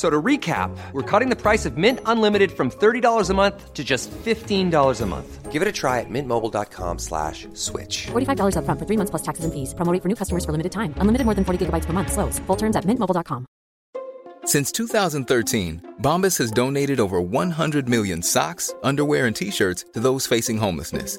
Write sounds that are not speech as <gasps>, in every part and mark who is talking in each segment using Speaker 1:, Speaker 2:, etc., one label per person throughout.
Speaker 1: So to recap, we're cutting the price of Mint Unlimited from $30 a month to just $15 a month. Give it a try at mintmobile.com slash switch.
Speaker 2: $45 up front for three months plus taxes and fees. Promo rate for new customers for limited time. Unlimited more than 40 gigabytes per month. Slows. Full terms at mintmobile.com.
Speaker 3: Since 2013, Bombas has donated over 100 million socks, underwear, and t shirts to those facing homelessness.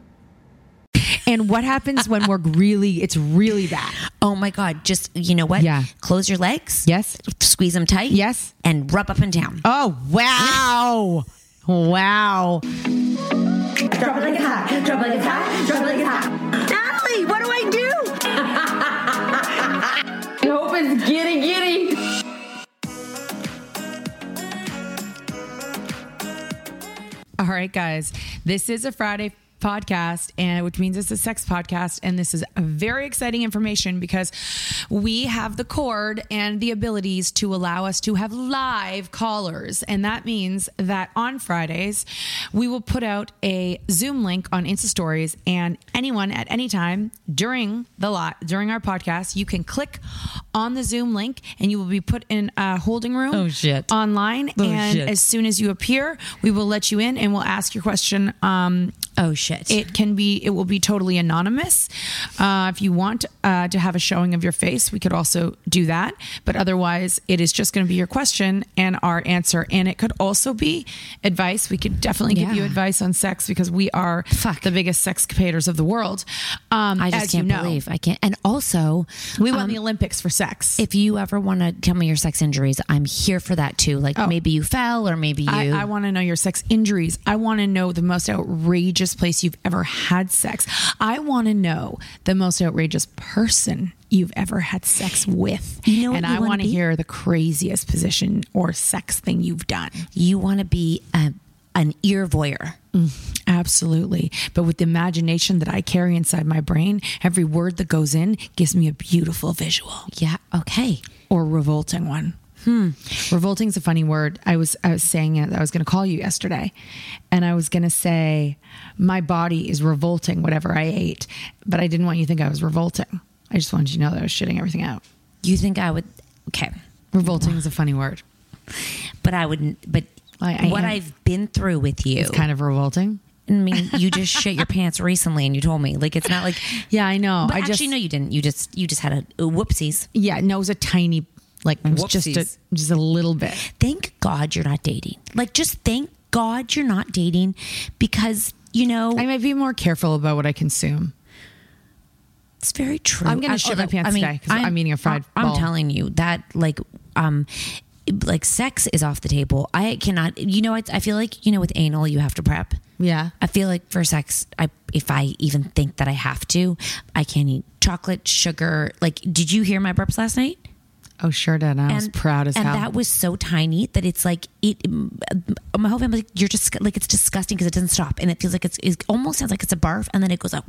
Speaker 4: And what happens when we're really, it's really bad?
Speaker 5: Oh my God. Just, you know what?
Speaker 4: Yeah.
Speaker 5: Close your legs.
Speaker 4: Yes.
Speaker 5: Squeeze them tight.
Speaker 4: Yes.
Speaker 5: And rub up and down.
Speaker 4: Oh, wow. wow.
Speaker 6: Drop it like it's hot. Drop it like it's hot. Drop it like it's hot. Natalie, what do I do? Hope it's giddy giddy.
Speaker 4: All right, guys. This is a Friday podcast and which means it's a sex podcast and this is very exciting information because we have the cord and the abilities to allow us to have live callers and that means that on Fridays we will put out a Zoom link on Insta stories and anyone at any time during the lot during our podcast you can click on the Zoom link and you will be put in a holding room
Speaker 7: Oh, shit.
Speaker 4: online
Speaker 7: Oh,
Speaker 4: and
Speaker 7: shit.
Speaker 4: as soon as you appear we will let you in and we'll ask your question um
Speaker 5: Oh shit.
Speaker 4: it can be it will be totally anonymous uh, if you want uh, to have a showing of your face we could also do that but otherwise it is just going to be your question and our answer and it could also be advice we could definitely give you
Speaker 5: Yeah.
Speaker 4: advice on sex because we are the biggest sex capators of the world um,
Speaker 5: I just
Speaker 4: as
Speaker 5: can't
Speaker 4: you know
Speaker 5: believe I can't. And also,
Speaker 4: we won
Speaker 5: um,
Speaker 4: the olympics for sex
Speaker 5: if you ever want to tell me your sex injuries, I'm here for that too. Like maybe you fell or maybe you.
Speaker 4: Oh. I, I want to know your sex injuries. I want to know the most outrageous place you've ever had sex. I want to know the most outrageous person you've ever had sex with.
Speaker 5: You know what
Speaker 4: and
Speaker 5: you
Speaker 4: I
Speaker 5: wanna
Speaker 4: want to
Speaker 5: be?
Speaker 4: hear the craziest position or sex thing you've done.
Speaker 5: you want to be a, an ear voyeur.
Speaker 4: Absolutely. But with the imagination that I carry inside my brain, every word that goes in gives me a beautiful visual.
Speaker 5: Yeah. Okay.
Speaker 4: or revolting one. Hmm. Revolting's a funny word. I was I was saying it. I was going to call you yesterday, and I was going to say my body is revolting whatever I ate, but I didn't want you to think I was revolting. I just wanted you to know that I was shitting everything out.
Speaker 5: You think I would? Okay.
Speaker 4: Revolting is a funny word.
Speaker 5: But I wouldn't. But
Speaker 4: I- I
Speaker 5: what
Speaker 4: am-
Speaker 5: I've been through with you,
Speaker 4: It's kind of revolting.
Speaker 5: I mean, you just shit your pants recently, and you told me like it's not like.
Speaker 4: Yeah, I know.
Speaker 5: But
Speaker 4: I
Speaker 5: actually,
Speaker 4: just
Speaker 5: no, you didn't. You Oh, just you just had a, a whoopsies.
Speaker 4: yeah, no, it was a tiny like it was just a
Speaker 5: Whoopsies.
Speaker 4: just a little bit.
Speaker 5: Thank God you're not dating. Like, just thank God you're not dating, because you know
Speaker 4: I might be more careful about what I consume.
Speaker 5: It's very true.
Speaker 4: I'm gonna shit my pants today 'cause I'm eating a fried
Speaker 5: I'm
Speaker 4: ball.
Speaker 5: telling you that like um like sex is off the table. I cannot. You know, I, I feel like you know with anal you have to prep.
Speaker 4: Yeah.
Speaker 5: I feel like for sex, I if I even think that I have to, I can't eat chocolate, sugar. Like, did you hear my burps last night?
Speaker 4: Oh, sure did. I was proud as
Speaker 5: and
Speaker 4: hell.
Speaker 5: that was so tiny that it's like it. My whole family, you're just like it's disgusting because it doesn't stop, and it feels like it's it almost sounds like it's a barf, and then it goes out. <laughs>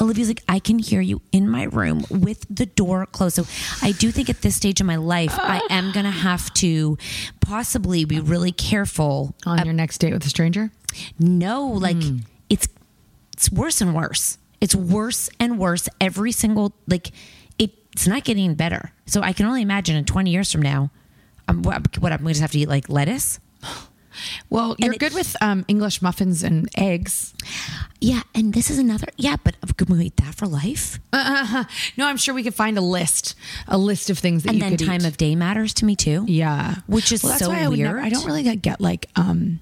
Speaker 5: Olivia's like, I can hear you in my room with the door closed. So I do think at this stage in my life, I am gonna have to possibly be really careful.
Speaker 4: on your next date with a stranger.
Speaker 5: No, like it's it's worse and worse. It's worse and worse every single like it, it's not getting better. So I can only imagine in twenty years from now, I'm what, what I'm going to have to eat like lettuce.
Speaker 4: Well, you're
Speaker 5: it-
Speaker 4: good with um, English muffins and eggs.
Speaker 5: Yeah, and this is another yeah, but I'm going to eat that for life.
Speaker 4: No, I'm sure we could find a list, a list of things that
Speaker 5: and
Speaker 4: you
Speaker 5: then
Speaker 4: could
Speaker 5: time
Speaker 4: eat.
Speaker 5: of day matters to me too.
Speaker 4: yeah,
Speaker 5: which is
Speaker 4: Well, that's
Speaker 5: so
Speaker 4: why I would
Speaker 5: weird.
Speaker 4: never- I don't really get, get like um,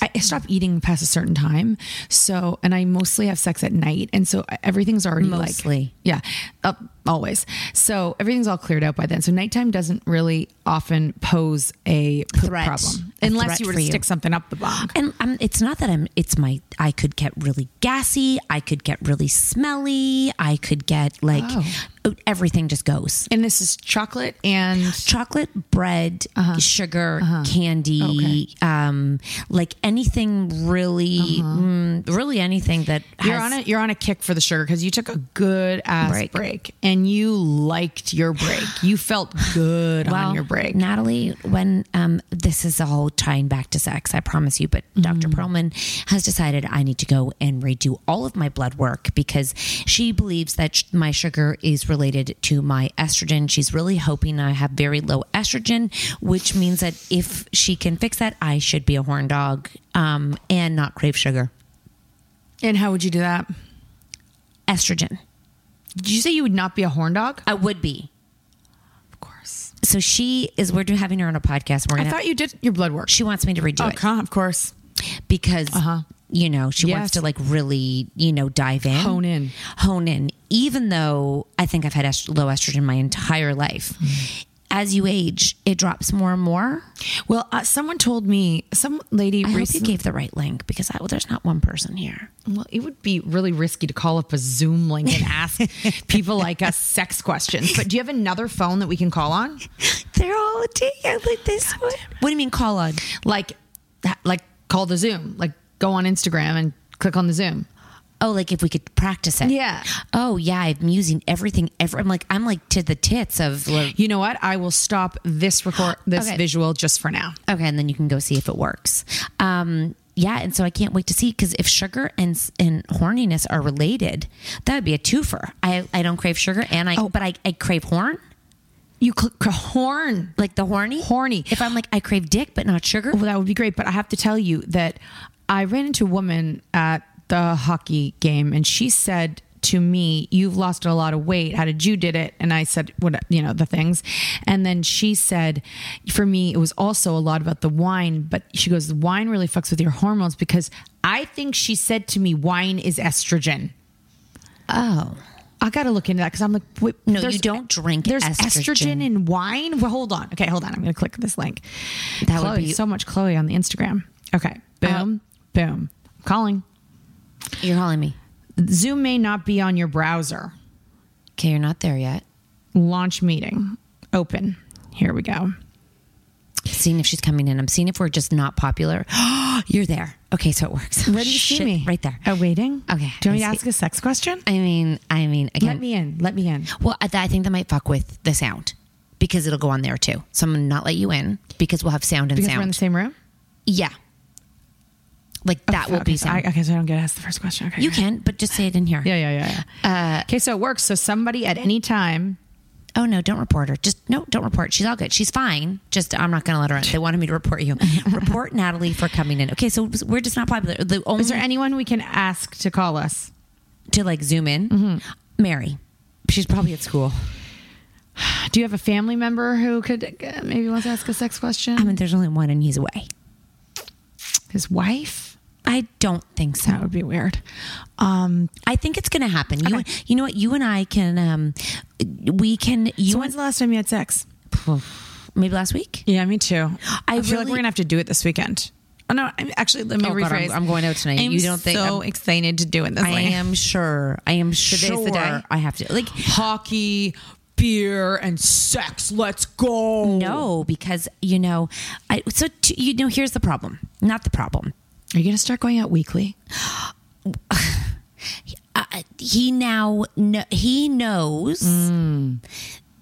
Speaker 4: I I stop eating past a certain time. So, and I mostly have sex at night, and so uh, everything's already like
Speaker 5: Mostly.
Speaker 4: yeah, up always. So everything's all cleared out by then. So nighttime doesn't really often pose a p-
Speaker 5: Threat.
Speaker 4: problem
Speaker 5: A
Speaker 4: unless
Speaker 5: threat
Speaker 4: you were
Speaker 5: for
Speaker 4: to
Speaker 5: you.
Speaker 4: stick something up the bong.
Speaker 5: And um, it's not that I'm. It's my. I could get really gassy. I could get really smelly. I could get like everything just goes.
Speaker 4: And this is chocolate and
Speaker 5: chocolate bread sugar candy um like anything really mm, really anything that
Speaker 4: You're
Speaker 5: has
Speaker 4: on a you're on a kick for the sugar because you took a good ass break.
Speaker 5: Break.
Speaker 4: and you liked your break. You felt good
Speaker 5: well,
Speaker 4: on your break.
Speaker 5: Natalie, when um, this is all tying back to sex, I promise you, but
Speaker 4: Mm.
Speaker 5: Dr. Perlman has decided I need to go and redo all of my blood work because she believes that sh- my sugar is related to my estrogen. She's really hoping I have very low estrogen, which means that if she can fix that, I should be a horn dog um, and not crave sugar.
Speaker 4: and how would you do that?
Speaker 5: Estrogen.
Speaker 4: Did you say you would not be a horn dog?
Speaker 5: I would be.
Speaker 4: Of course.
Speaker 5: So she is, we're doing- having her on a podcast. and We're
Speaker 4: I
Speaker 5: gonna,
Speaker 4: thought you did your blood work.
Speaker 5: she wants me to redo
Speaker 4: Oh,
Speaker 5: it.
Speaker 4: con- of course.
Speaker 5: because you know she
Speaker 4: Yes.
Speaker 5: wants to like really you know dive in
Speaker 4: Hone in.
Speaker 5: hone in even though i think i've had est- low estrogen my entire life as you age it drops more and more
Speaker 4: Well, uh, someone told me some lady
Speaker 5: i hope you
Speaker 4: recently.
Speaker 5: gave the right link because I, well, there's not one person here
Speaker 4: well, it would be really risky to call up a Zoom link and <laughs> ask people like us sex questions. But do you have another phone that we can call on?
Speaker 5: they're all taking like this one what do you mean call on
Speaker 4: Like, like call the Zoom. Like go on Instagram and click on the Zoom.
Speaker 5: oh like if we could practice it
Speaker 4: Yeah.
Speaker 5: oh yeah i'm using everything ever i'm like i'm like to the tits of like,
Speaker 4: You know what? I will stop this record, <gasps> this
Speaker 5: Okay.
Speaker 4: visual just for now.
Speaker 5: Okay, and then you can go see if it works. Um, yeah, and so I can't wait to see because if sugar and and horniness are related, that would be a twofer. I, I don't crave sugar, and I
Speaker 4: Oh.
Speaker 5: but I, I crave horn,
Speaker 4: You click horn.
Speaker 5: like the horny
Speaker 4: Horny.
Speaker 5: If I'm like I crave dick but not sugar,
Speaker 4: Well, oh, that would be great. But I have to tell you that I ran into a woman at the hockey game, and she said to me, "You've lost a lot of weight. How did you did it?" And I said, "What you know the things," and then she said, "For me, it was also a lot about the wine." But she goes, "The wine really fucks with your hormones because I think she said to me, wine is estrogen."
Speaker 5: oh
Speaker 4: I got to look into that because I'm like, wait,
Speaker 5: No,
Speaker 4: there's-
Speaker 5: you don't drink
Speaker 4: There's estrogen,
Speaker 5: estrogen.
Speaker 4: in wine. Well, hold on. Okay, hold on. I'm going to click this link.
Speaker 5: That would
Speaker 4: Chloe,
Speaker 5: be-
Speaker 4: so much Chloe on the Instagram. Okay, boom, boom. I'm calling.
Speaker 5: you're calling me.
Speaker 4: Zoom may not be on your browser.
Speaker 5: Okay, you're not there yet.
Speaker 4: Launch meeting. Open. Here we go.
Speaker 5: Seeing if she's coming in. I'm seeing if we're just not popular. <gasps> you're there. Okay, so it works.
Speaker 4: Where do you see
Speaker 5: Shit,
Speaker 4: me?
Speaker 5: Right there.
Speaker 4: Oh, waiting.
Speaker 5: Okay,
Speaker 4: Do you want me to
Speaker 5: I see.
Speaker 4: ask a sex question?
Speaker 5: I mean, I mean, again,
Speaker 4: Let me in. Let me in.
Speaker 5: Well, I, I think that might fuck with the sound because it'll go on there too. So I'm gonna not let you in because we'll have sound and
Speaker 4: Because
Speaker 5: sound.
Speaker 4: we're in the same room.
Speaker 5: yeah, like that will
Speaker 4: okay,
Speaker 5: be
Speaker 4: so
Speaker 5: sound.
Speaker 4: I, okay, so I don't get to ask the first question. Okay,
Speaker 5: you Uh,
Speaker 4: okay.
Speaker 5: can, but just say it in here.
Speaker 4: Yeah, yeah, yeah. yeah. okay, so it works. So somebody at any time
Speaker 5: oh no, don't report her. Just no, don't report. She's all good. She's fine. Just I'm not going to let her in. They wanted me to
Speaker 4: <laughs>
Speaker 5: report you. report Natalie for coming in. Okay, so we're just not popular. The only
Speaker 4: Is there anyone we can ask to call us?
Speaker 5: to like zoom in?
Speaker 4: Mm-hmm.
Speaker 5: Mary, she's probably at school.
Speaker 4: Do you have a family member who could uh, maybe wants to ask a sex question?
Speaker 5: I mean, there's only one, and he's away.
Speaker 4: Um, His wife?
Speaker 5: I don't think so.
Speaker 4: That would be weird. Um,
Speaker 5: I think it's going to happen. You,
Speaker 4: Okay.
Speaker 5: you know what? You and I can, um, we can. You
Speaker 4: so when's the last time you had sex?
Speaker 5: maybe last week.
Speaker 4: Yeah, me too. I, feel
Speaker 5: I
Speaker 4: like
Speaker 5: really-
Speaker 4: we're gonna have to do it this weekend. Oh no, I'm actually let me
Speaker 5: Oh, God, I'm-
Speaker 4: rephrase.
Speaker 5: I'm going out tonight.
Speaker 4: I'm
Speaker 5: You don't think-
Speaker 4: so
Speaker 5: I'm-
Speaker 4: excited to do it this
Speaker 5: I
Speaker 4: way.
Speaker 5: am sure. I am sure.
Speaker 4: Today's the day?
Speaker 5: I have to like.
Speaker 4: hockey, beer, and sex. Let's go.
Speaker 5: No, because you know, I so t- you know. Here's the problem. Not the problem.
Speaker 4: Are you gonna start going out weekly?
Speaker 5: Uh, he now kn- he knows that
Speaker 4: Mm.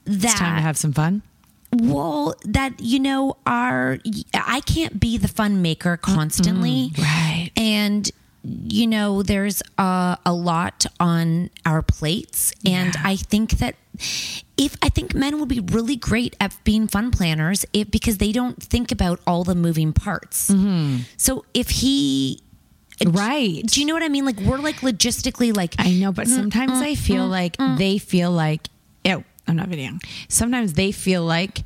Speaker 4: It's time to have some fun.
Speaker 5: well that you know our I can't be the fun maker constantly,
Speaker 4: right.
Speaker 5: And you know, there's a, a lot on our plates, and I think that if I think men would be really great at being fun planners, if because they don't think about all the moving parts.
Speaker 4: Mm-hmm.
Speaker 5: So if he
Speaker 4: Right.
Speaker 5: Do you know what I mean? Like we're like logistically like
Speaker 4: I know, but sometimes I feel
Speaker 5: Mm-hmm.
Speaker 4: like they feel like, oh, I'm not videoing. Sometimes they feel like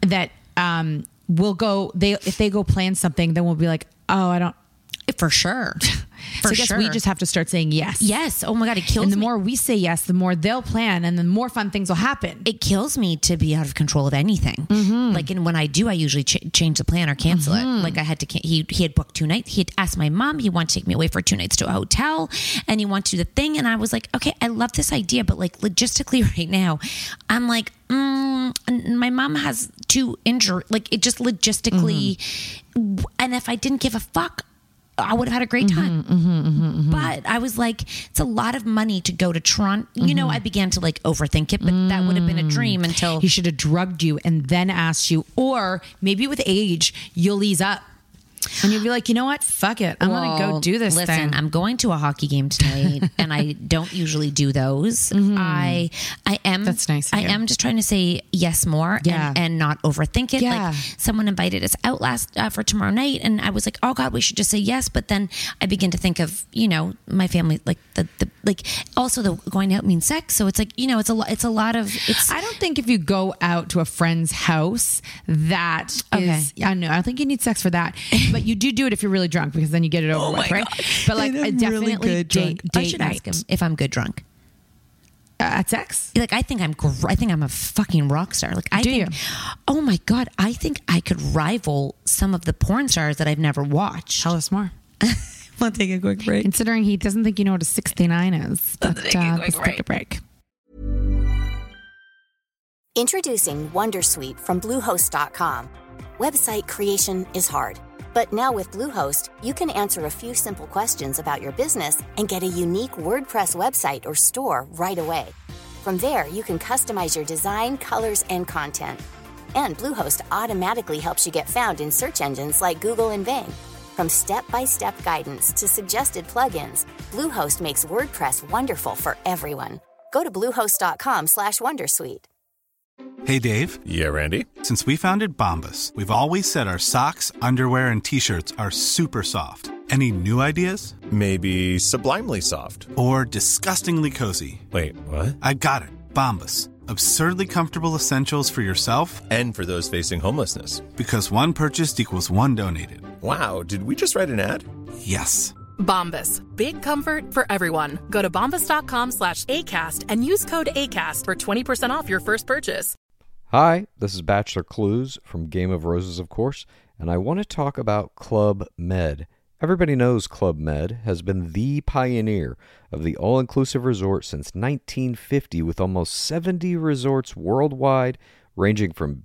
Speaker 4: that um, we'll go, they if they go plan something, then we'll be like, oh, I don't.
Speaker 5: for sure.
Speaker 4: <laughs>
Speaker 5: For
Speaker 4: so I guess
Speaker 5: sure.
Speaker 4: we just have to start saying yes.
Speaker 5: yes. Oh my god, it kills
Speaker 4: And the
Speaker 5: me.
Speaker 4: more we say yes, the more they'll plan and the more fun things will happen.
Speaker 5: it kills me to be out of control of anything. Like, and when I do, I usually ch- change the plan or cancel it. Like, I had to. Can- he he had booked two nights. He had asked my mom. He wanted to take me away for two nights to a hotel, and he wanted to do the thing. And I was like, okay, I love this idea, but like logistically <laughs> right now, I'm like, mm, and my mom has two injury. Like, it just logistically, and if I didn't give a fuck. I would have had a great time
Speaker 4: Mm-hmm.
Speaker 5: but I was like, it's a lot of money to go to Toronto. You know, I began to like overthink it, but that would have been a dream until
Speaker 4: He should have drugged Mm-hmm. Mm. you and then asked you, or maybe with age, you'll ease up. And you'll be like, you know what? Fuck it. I'm gonna go
Speaker 5: Well,
Speaker 4: do this
Speaker 5: Listen,
Speaker 4: thing.
Speaker 5: I'm going to a hockey
Speaker 4: <laughs>
Speaker 5: game tonight, and I don't usually do those. I I am
Speaker 4: Mm-hmm. That's nice of
Speaker 5: I
Speaker 4: you.
Speaker 5: am just trying to say yes more
Speaker 4: Yeah.
Speaker 5: and, and not overthink it.
Speaker 4: Yeah.
Speaker 5: Like someone invited us out last uh, for tomorrow night, and I was like, oh god, we should just say yes. But then I begin to think of you know my family, like the, the like also the going out means sex, so it's like you know it's a lot it's a lot of it's
Speaker 4: I don't think if you go out to a friend's house, that is.
Speaker 5: Okay.
Speaker 4: I know. I don't think you need sex for <laughs> that, but you do do it if you're really drunk because then you get it over with, right? But like, I definitely date, date
Speaker 5: I should
Speaker 4: night.
Speaker 5: ask him if I'm good drunk.
Speaker 4: Uh, at sex.
Speaker 5: like I think I'm gr- I think I'm a fucking rock star. Like I
Speaker 4: Do
Speaker 5: think,
Speaker 4: you?
Speaker 5: oh my god, I think I could rival some of the porn stars that I've never watched.
Speaker 4: Tell us more. <laughs>
Speaker 5: I'll take a quick break.
Speaker 4: Considering he doesn't think you know what a 69 is, but uh, let's take a break.
Speaker 8: Introducing Wondersuite from Bluehost.com. Website creation is hard, but now with Bluehost, you can answer a few simple questions about your business and get a unique WordPress website or store right away. From there, you can customize your design, colors, and content. And Bluehost automatically helps you get found in search engines like Google and Bing. From step-by-step guidance to suggested plugins, Bluehost makes WordPress wonderful for everyone. Go to bluehost.com/wondersuite. slash Wondersuite.
Speaker 7: Hey, Dave.
Speaker 9: Yeah, Randy.
Speaker 7: Since we founded Bombus, we've always said our socks, underwear, and t shirts are super soft. Any new ideas?
Speaker 9: Maybe sublimely soft.
Speaker 7: Or disgustingly cozy?
Speaker 9: Wait, what?
Speaker 7: I got it. Bombus. Absurdly comfortable essentials for yourself
Speaker 9: And for those facing homelessness.
Speaker 7: because one purchased equals one donated.
Speaker 9: Wow, did we just write an ad?
Speaker 7: Yes.
Speaker 10: Bombas. Big comfort for everyone. Go to bombas.com slash ACAST and use code ACAST for 20% off your first purchase.
Speaker 11: Hi, this is Bachelor Clues from Game of Roses, of course, and I want to talk about Club Med. Everybody knows Club Med has been the pioneer of the all inclusive resort since 1950, with almost 70 resorts worldwide, ranging from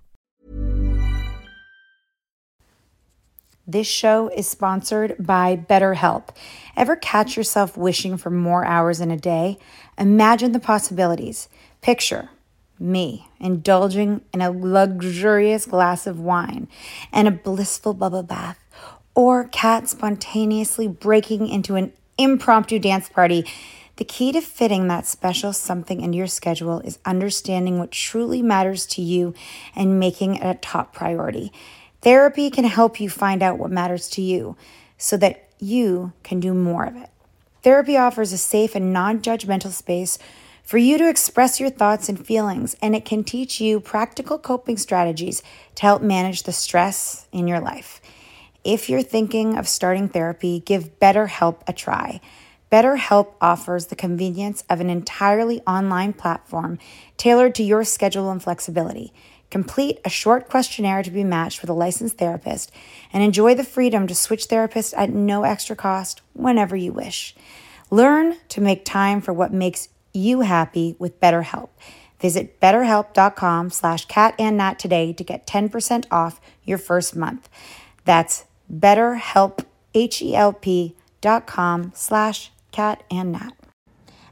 Speaker 12: This show is sponsored by BetterHelp. Ever catch yourself wishing for more hours in a day? Imagine the possibilities. Picture me indulging in a luxurious glass of wine and a blissful bubble bath, or Kat spontaneously breaking into an impromptu dance party. The key to fitting that special something into your schedule is understanding what truly matters to you and making it a top priority. Therapy can help you find out what matters to you so that you can do more of it. Therapy offers a safe and non judgmental space for you to express your thoughts and feelings, and it can teach you practical coping strategies to help manage the stress in your life. If you're thinking of starting therapy, give BetterHelp a try. BetterHelp offers the convenience of an entirely online platform tailored to your schedule and flexibility. Complete a short questionnaire to be matched with a licensed therapist and enjoy the freedom to switch therapists at no extra cost whenever you wish. Learn to make time for what makes you happy with BetterHelp. Visit betterhelp.com slash catandnat today to get 10% off your first month. That's betterhelp, H-E-L-P dot com slash cat and nat.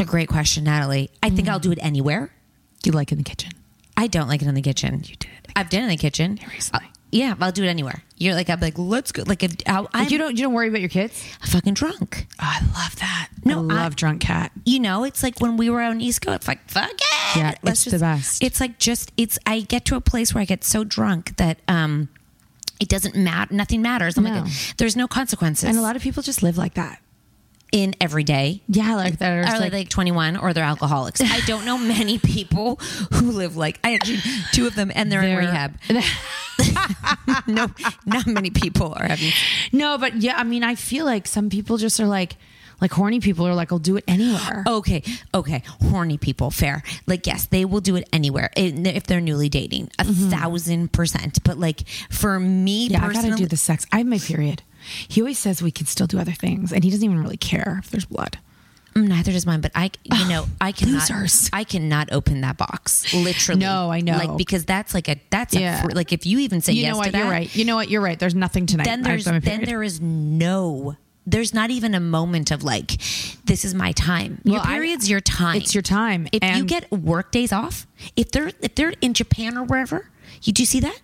Speaker 5: a great question, Natalie. I think I'll do it anywhere.
Speaker 4: You like in the kitchen?
Speaker 5: I don't like it in the kitchen. You did. I've done it in the kitchen.
Speaker 4: Oh,
Speaker 5: Recently. yeah, I'll do it anywhere. You're like, I'm like, let's go. Like, if, I, I'm
Speaker 4: Like you don't you don't worry about your kids?
Speaker 5: fucking drunk.
Speaker 4: I love that. No, I love drunk cat.
Speaker 5: You know, it's like when we were on East Coast, it's like, fuck it.
Speaker 4: Yeah,
Speaker 5: Let's
Speaker 4: it's the
Speaker 5: just,
Speaker 4: best.
Speaker 5: It's like just, it's, I get to a place where I get so drunk that, um, it doesn't matter. Nothing matters. I'm
Speaker 4: No.
Speaker 5: like, there's no consequences.
Speaker 4: And a lot of people just live like that.
Speaker 5: in every day.
Speaker 4: Yeah, like that. Or
Speaker 5: Are
Speaker 4: it's
Speaker 5: like,
Speaker 4: like,
Speaker 5: 21 or they're alcoholics. I don't know many people who live like I actually two of them and they're, in
Speaker 4: They're- <laughs>
Speaker 5: rehab. <laughs> no, not many people are having.
Speaker 4: no, but yeah, I mean, I feel like some people just are like, like horny people are like, I'll do it anywhere.
Speaker 5: Okay, okay, horny people, fair. Like yes, they will do it anywhere in- if they're newly dating, a thousand percent. But like for me
Speaker 4: Mm-hmm. yeah, I
Speaker 5: personally,
Speaker 4: gotta do the sex. I have my period. He always says we can still do other things, and he doesn't even really care if there's blood.
Speaker 5: Mm, neither does mine. But I, you know, I cannot,
Speaker 4: losers.
Speaker 5: I cannot open that box. Literally,
Speaker 4: No, I know.
Speaker 5: Like because that's like a that's
Speaker 4: Yeah.
Speaker 5: a fr- like if you even say
Speaker 4: you
Speaker 5: yes
Speaker 4: know what?
Speaker 5: to that,
Speaker 4: You're right. You know what? You're right. There's nothing tonight.
Speaker 5: then there's then there is no there's not even a moment of like this is my time your
Speaker 4: Well, I-
Speaker 5: period's your time
Speaker 4: It's your time.
Speaker 5: if you
Speaker 4: And-
Speaker 5: get work days off if they're if they're in japan or wherever you do you see that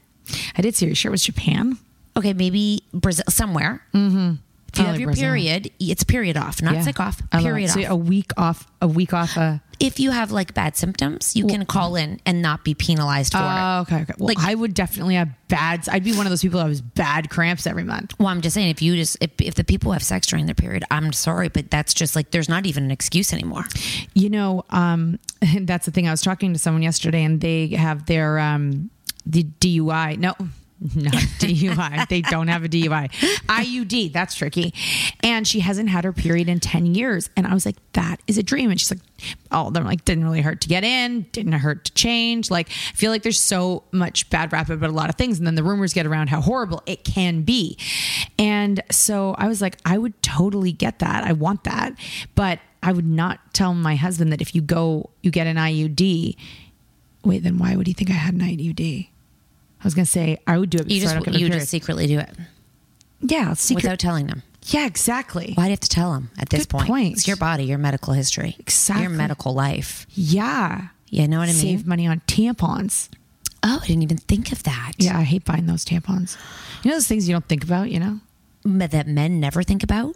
Speaker 4: I did see your shirt was Japan.
Speaker 5: okay maybe brazil somewhere mm-hmm. if you have
Speaker 4: Probably
Speaker 5: your
Speaker 4: Brazil.
Speaker 5: period it's period off not
Speaker 4: Yeah.
Speaker 5: sick off
Speaker 4: I love it.
Speaker 5: period
Speaker 4: So oh.
Speaker 5: off
Speaker 4: a week off. A week off. uh, A
Speaker 5: if you have like bad symptoms you can call in and not be penalized for it
Speaker 4: oh, okay. Okay. Well,
Speaker 5: Like-
Speaker 4: I would definitely have bad. I'd be one of those people that has bad cramps every month.
Speaker 5: well, I'm just saying, if you just if, if the people have sex during their period, I'm sorry, but that's just like there's not even an excuse anymore.
Speaker 4: You know, um, <laughs> that's the thing. I was talking to someone yesterday, and they have their um, the DUI. No. <laughs> Not DUI. they don't have a DUI. IUD. That's tricky. And she hasn't had her period in 10 years. And I was like, that is a dream. And she's like, oh, they're like, didn't really hurt to get in, didn't hurt to change. Like, I feel like there's so much bad rap about a lot of things. And then the rumors get around how horrible it can be. And so I was like, I would totally get that. I want that. But I would not tell my husband that if you go, you get an IUD. Wait, then why would he think I had an IUD? I was gonna say I would do it. before I
Speaker 5: You just
Speaker 4: don't get my
Speaker 5: you
Speaker 4: period.
Speaker 5: just secretly do it
Speaker 4: yeah secret-
Speaker 5: without telling them.
Speaker 4: Yeah, exactly.
Speaker 5: Why do you have to tell them at this
Speaker 4: Good
Speaker 5: point?
Speaker 4: point.
Speaker 5: It's your body, your medical history,
Speaker 4: Exactly.
Speaker 5: your medical life.
Speaker 4: Yeah.
Speaker 5: You know what I mean?
Speaker 4: Save money on tampons.
Speaker 5: Oh, I didn't even think of that.
Speaker 4: Yeah, I hate buying those tampons. You know those things you don't think about, you know?
Speaker 5: But that men never think about.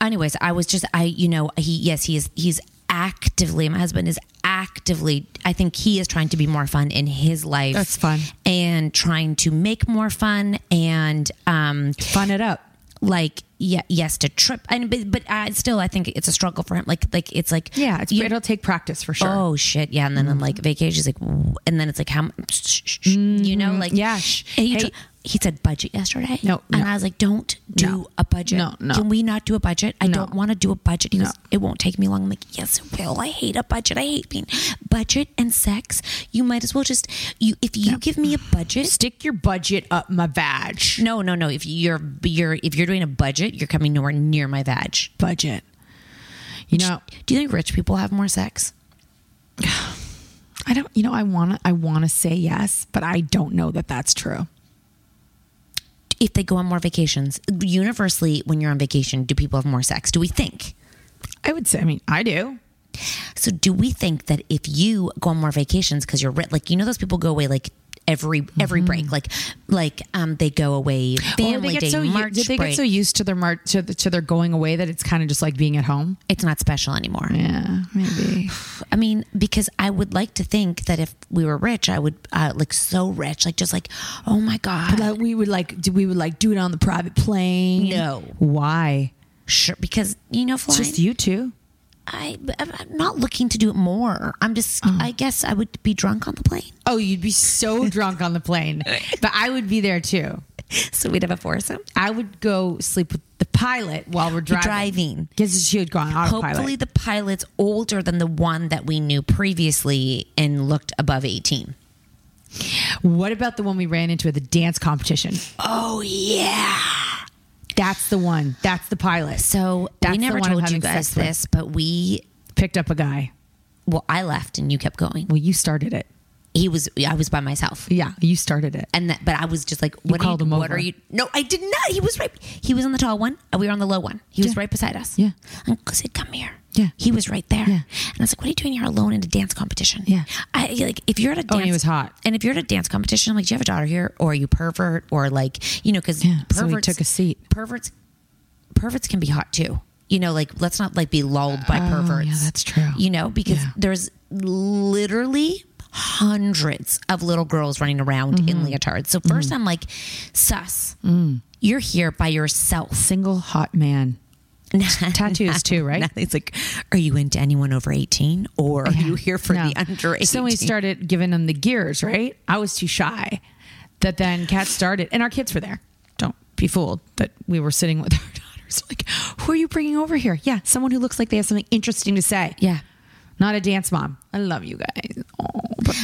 Speaker 5: Anyways, I was just I you know he yes he is he's actively my husband is actively I think he is trying to be more fun in his life.
Speaker 4: That's fun.
Speaker 5: and trying to make more fun and um
Speaker 4: Fun it up.
Speaker 5: like yeah yes to trip and but, but I still I think it's a struggle for him like like it's like
Speaker 4: Yeah, it's,
Speaker 5: you-
Speaker 4: it'll take practice for sure. Mm-hmm.
Speaker 5: Oh shit! Yeah, and then on like vacation, she's like, "Ooh," and then it's like how mu- sh- sh- sh- you know like
Speaker 4: Mm-hmm. yeah, sh-
Speaker 5: and you
Speaker 4: hey.
Speaker 5: tr- he said budget yesterday.
Speaker 4: No,
Speaker 5: and
Speaker 4: no.
Speaker 5: I was like, don't do
Speaker 4: No.
Speaker 5: a budget.
Speaker 4: No, no.
Speaker 5: Can we not do a budget? I don't want to do a budget. He
Speaker 4: No.
Speaker 5: goes, it won't take me long. I'm like, yes, it will. I hate a budget. I hate being budget and sex. You might as well just you if you give me a budget.
Speaker 4: Stick your budget up my vag.
Speaker 5: no, no, no. If you're you're if you're doing a budget, you're coming nowhere near my vag.
Speaker 4: Budget. You know,
Speaker 5: Do you think rich people have more sex?
Speaker 4: I don't. You know, I wanna. I wanna say yes, but I don't know that that's true.
Speaker 5: if they go on more vacations universally when you're on vacation do people have more sex do we think
Speaker 4: I would say. I mean, I do.
Speaker 5: so do we think that if you go on more vacations because you're ri- like you know those people go away like every every break like like um they go away
Speaker 4: Mm-hmm. Or
Speaker 5: family
Speaker 4: they
Speaker 5: day
Speaker 4: get so u-
Speaker 5: March
Speaker 4: did they
Speaker 5: break.
Speaker 4: get so used to their mar- to, the, to their going away that it's kind of just like being at home.
Speaker 5: it's not special anymore
Speaker 4: Yeah, <sighs> maybe.
Speaker 5: I mean, because I would like to think that if we were rich, I would uh, like so rich, like just like, oh my god,
Speaker 4: But we would like. Do we would like do it on the private plane?
Speaker 5: No.
Speaker 4: Why?
Speaker 5: sure, because you know,
Speaker 4: It's
Speaker 5: flying.
Speaker 4: just you two.
Speaker 5: I, I'm I'm not looking to do it more. I'm just,
Speaker 4: Mm.
Speaker 5: I guess, I would be drunk on the
Speaker 4: <laughs>
Speaker 5: plane,
Speaker 4: Oh, you'd be
Speaker 5: <laughs>
Speaker 4: so drunk on the plane, but I would be there too.
Speaker 5: so we'd have a foursome.
Speaker 4: I would go sleep with the pilot while we're driving.
Speaker 5: driving.
Speaker 4: because she would go on autopilot.
Speaker 5: Hopefully, the pilot's older than the one that we knew previously and looked above 18.
Speaker 4: What about the one we ran into at the dance competition?
Speaker 5: Oh, yeah.
Speaker 4: That's the one. That's the pilot.
Speaker 5: So,
Speaker 4: That's
Speaker 5: we
Speaker 4: the
Speaker 5: never
Speaker 4: one I'm
Speaker 5: told you
Speaker 4: having
Speaker 5: guys
Speaker 4: sex with.
Speaker 5: this, but we,
Speaker 4: Picked up a guy.
Speaker 5: well, I left and you kept going.
Speaker 4: Well, you started it.
Speaker 5: He was, I was by myself.
Speaker 4: Yeah, you started it.
Speaker 5: And that, but I was just like, what,
Speaker 4: called
Speaker 5: are, you,
Speaker 4: him
Speaker 5: what
Speaker 4: over.
Speaker 5: are you? No, I did not. He was right. He was on the tall one and we were on the low one. He was
Speaker 4: Yeah.
Speaker 5: right beside us.
Speaker 4: Yeah.
Speaker 5: And I said, come here.
Speaker 4: Yeah.
Speaker 5: He was right there.
Speaker 4: Yeah.
Speaker 5: And I was like, what are you doing here alone at a dance competition?
Speaker 4: Yeah.
Speaker 5: I like, if you're at a
Speaker 4: Oh,
Speaker 5: dance.
Speaker 4: and he was hot.
Speaker 5: And if you're at a dance competition, I'm like, do you have a daughter here, or are you pervert, or like, you know, because
Speaker 4: Yeah, so he
Speaker 5: perverts
Speaker 4: took a seat.
Speaker 5: Perverts, perverts can be hot too. You know, like let's not like be lulled by perverts.
Speaker 4: Oh, yeah, that's true.
Speaker 5: You know, because
Speaker 4: Yeah.
Speaker 5: there's literally hundreds of little girls running around in
Speaker 4: Mm-hmm.
Speaker 5: leotards. So 1st
Speaker 4: Mm.
Speaker 5: i I'm like, sus, you're here by yourself.
Speaker 4: Single hot man. <laughs> Tattoos too, right?
Speaker 5: Now <laughs> it's like, are you into anyone over 18 or are you here for
Speaker 4: No.
Speaker 5: the under 18?
Speaker 4: So we started giving him the gears, right? I was too shy. That then Kat started, and our kids were there. Don't be fooled that we were sitting with <laughs> our daughters. Like, who are you bringing over here? Yeah, someone who looks like they have something interesting to say.
Speaker 5: Yeah.
Speaker 4: Not a dance mom. I love you guys. Oh, but-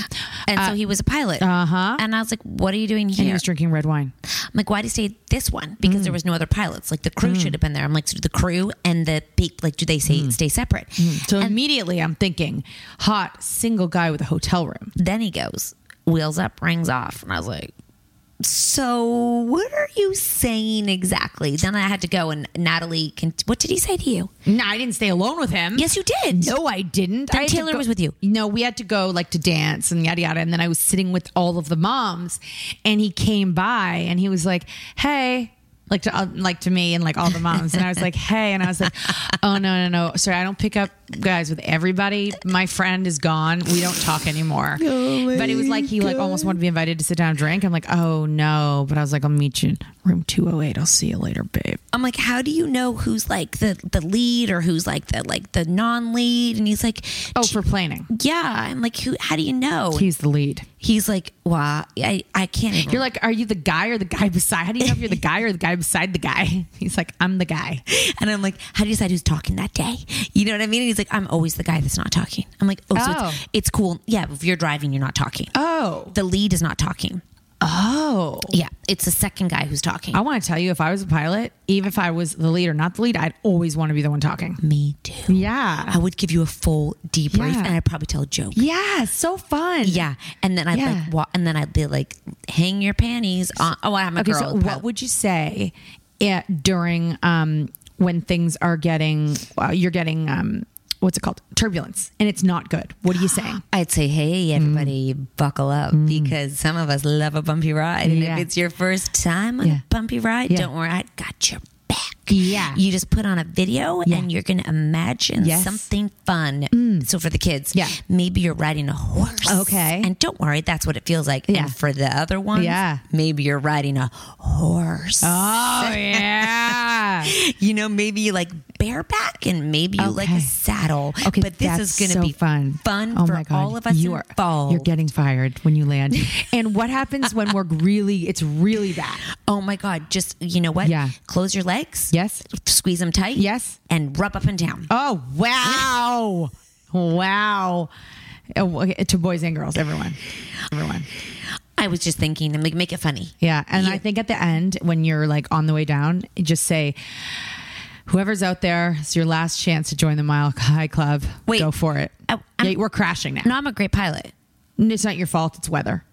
Speaker 5: And so he was a pilot. Uh huh. And I was like, what are you doing
Speaker 4: uh-huh. and he
Speaker 5: here?
Speaker 4: was drinking red wine.
Speaker 5: I'm like, why do you say this one? Because there was no other pilots. Like the crew should have been there. I'm like, so do the crew and the peak, like, do they say stay separate?
Speaker 4: So immediately I'm thinking, hot single guy with a hotel room.
Speaker 5: Then he goes, wheels up, rings off. And I was like, so what are you saying exactly? Then I had to go and Natalie, can, what did he say to you?
Speaker 4: No, I didn't stay alone with him.
Speaker 5: Yes, you did.
Speaker 4: No, I didn't.
Speaker 5: Then
Speaker 4: I had to
Speaker 5: Taylor
Speaker 4: go-
Speaker 5: was with you.
Speaker 4: No, we had to go like to dance and yada yada. And then I was sitting with all of the moms, and he came by and he was like, "Hey." Like to uh, like to me and like all the moms and I
Speaker 5: <laughs>
Speaker 4: was like hey and I was like oh no no no sorry I don't pick up guys with everybody my friend is gone we don't talk
Speaker 5: <laughs>
Speaker 4: anymore but it was like he like almost wanted to be invited to sit down and drink I'm like oh no but I was like I'll meet you in room 208 I'll see you later babe
Speaker 5: I'm like, how do you know who's like the, the lead or who's like the, like the non-lead? And he's like,
Speaker 4: oh for planning
Speaker 5: yeah. I'm like, who, how do you know?
Speaker 4: he's the lead
Speaker 5: He's like, wow, I, I can't even.
Speaker 4: You're like, are you the guy or the guy beside? How do you know if you're the guy or the guy beside the guy? <laughs> He's like, I'm the guy.
Speaker 5: <laughs> And I'm like, how do you decide who's talking that day? You know what I mean? And he's like, I'm always the guy that's not talking. I'm like, oh, so
Speaker 4: Oh.
Speaker 5: It's, it's cool. Yeah, if you're driving, you're not talking.
Speaker 4: Oh,
Speaker 5: The lead is not talking.
Speaker 4: Oh.
Speaker 5: Yeah. It's the second guy who's talking.
Speaker 4: I want to tell you, if I was a pilot, even if I was the leader, not the lead, I'd always want to be the one talking.
Speaker 5: Me too.
Speaker 4: Yeah.
Speaker 5: I would give you a full debrief
Speaker 4: Yeah.
Speaker 5: and I'd probably tell a joke.
Speaker 4: Yeah, it's so fun.
Speaker 5: Yeah. And then I'd
Speaker 4: Yeah.
Speaker 5: like, wa- and then I'd be like, hang your panties on. Oh, I'm a
Speaker 4: okay,
Speaker 5: girl.
Speaker 4: so what would you say at, during um, when things are getting uh, you're getting um, what's it called turbulence and it's not good? What are you saying?
Speaker 5: I'd say, hey, everybody,
Speaker 4: Mm.
Speaker 5: buckle up because some of us love a bumpy ride. And
Speaker 4: Yeah.
Speaker 5: if it's your first time on
Speaker 4: Yeah.
Speaker 5: a bumpy ride,
Speaker 4: Yeah.
Speaker 5: don't worry, I got your back.
Speaker 4: Yeah.
Speaker 5: You just put on a video
Speaker 4: Yeah.
Speaker 5: and you're going to imagine
Speaker 4: Yes. Mm.
Speaker 5: something fun. So for the kids,
Speaker 4: Yeah.
Speaker 5: maybe you're riding a horse.
Speaker 4: Okay.
Speaker 5: And don't worry, that's what it feels like.
Speaker 4: Yeah.
Speaker 5: And for the other ones,
Speaker 4: Yeah.
Speaker 5: maybe you're riding a horse.
Speaker 4: <gasps> Oh yeah. <laughs>
Speaker 5: You know, maybe you like bareback and maybe you like
Speaker 4: Okay.
Speaker 5: a saddle.
Speaker 4: Okay,
Speaker 5: but this
Speaker 4: that's
Speaker 5: is going to
Speaker 4: so
Speaker 5: be
Speaker 4: fun.
Speaker 5: fun
Speaker 4: Oh
Speaker 5: for
Speaker 4: my God.
Speaker 5: all of us
Speaker 4: You are-
Speaker 5: involved.
Speaker 4: You're getting fired when you
Speaker 5: <laughs>
Speaker 4: land. and what happens when we're really it's really bad?
Speaker 5: Oh my God. Just, you know what?
Speaker 4: Yeah.
Speaker 5: Close your legs.
Speaker 4: Yes.
Speaker 5: Squeeze them tight.
Speaker 4: Yes.
Speaker 5: And rub up and down.
Speaker 4: Oh wow. wow. Oh, okay, To boys and girls, everyone. Everyone.
Speaker 5: I was just thinking, and like, make it funny.
Speaker 4: Yeah. And I think at the end, when you're like on the way down, just say, whoever's out there, it's your last chance to join the Mile High Club.
Speaker 5: Wait. Oh,
Speaker 4: Go for it.
Speaker 5: I-
Speaker 4: Yeah, we're crashing now.
Speaker 5: No, I'm a great pilot.
Speaker 4: And it's not your fault. It's weather.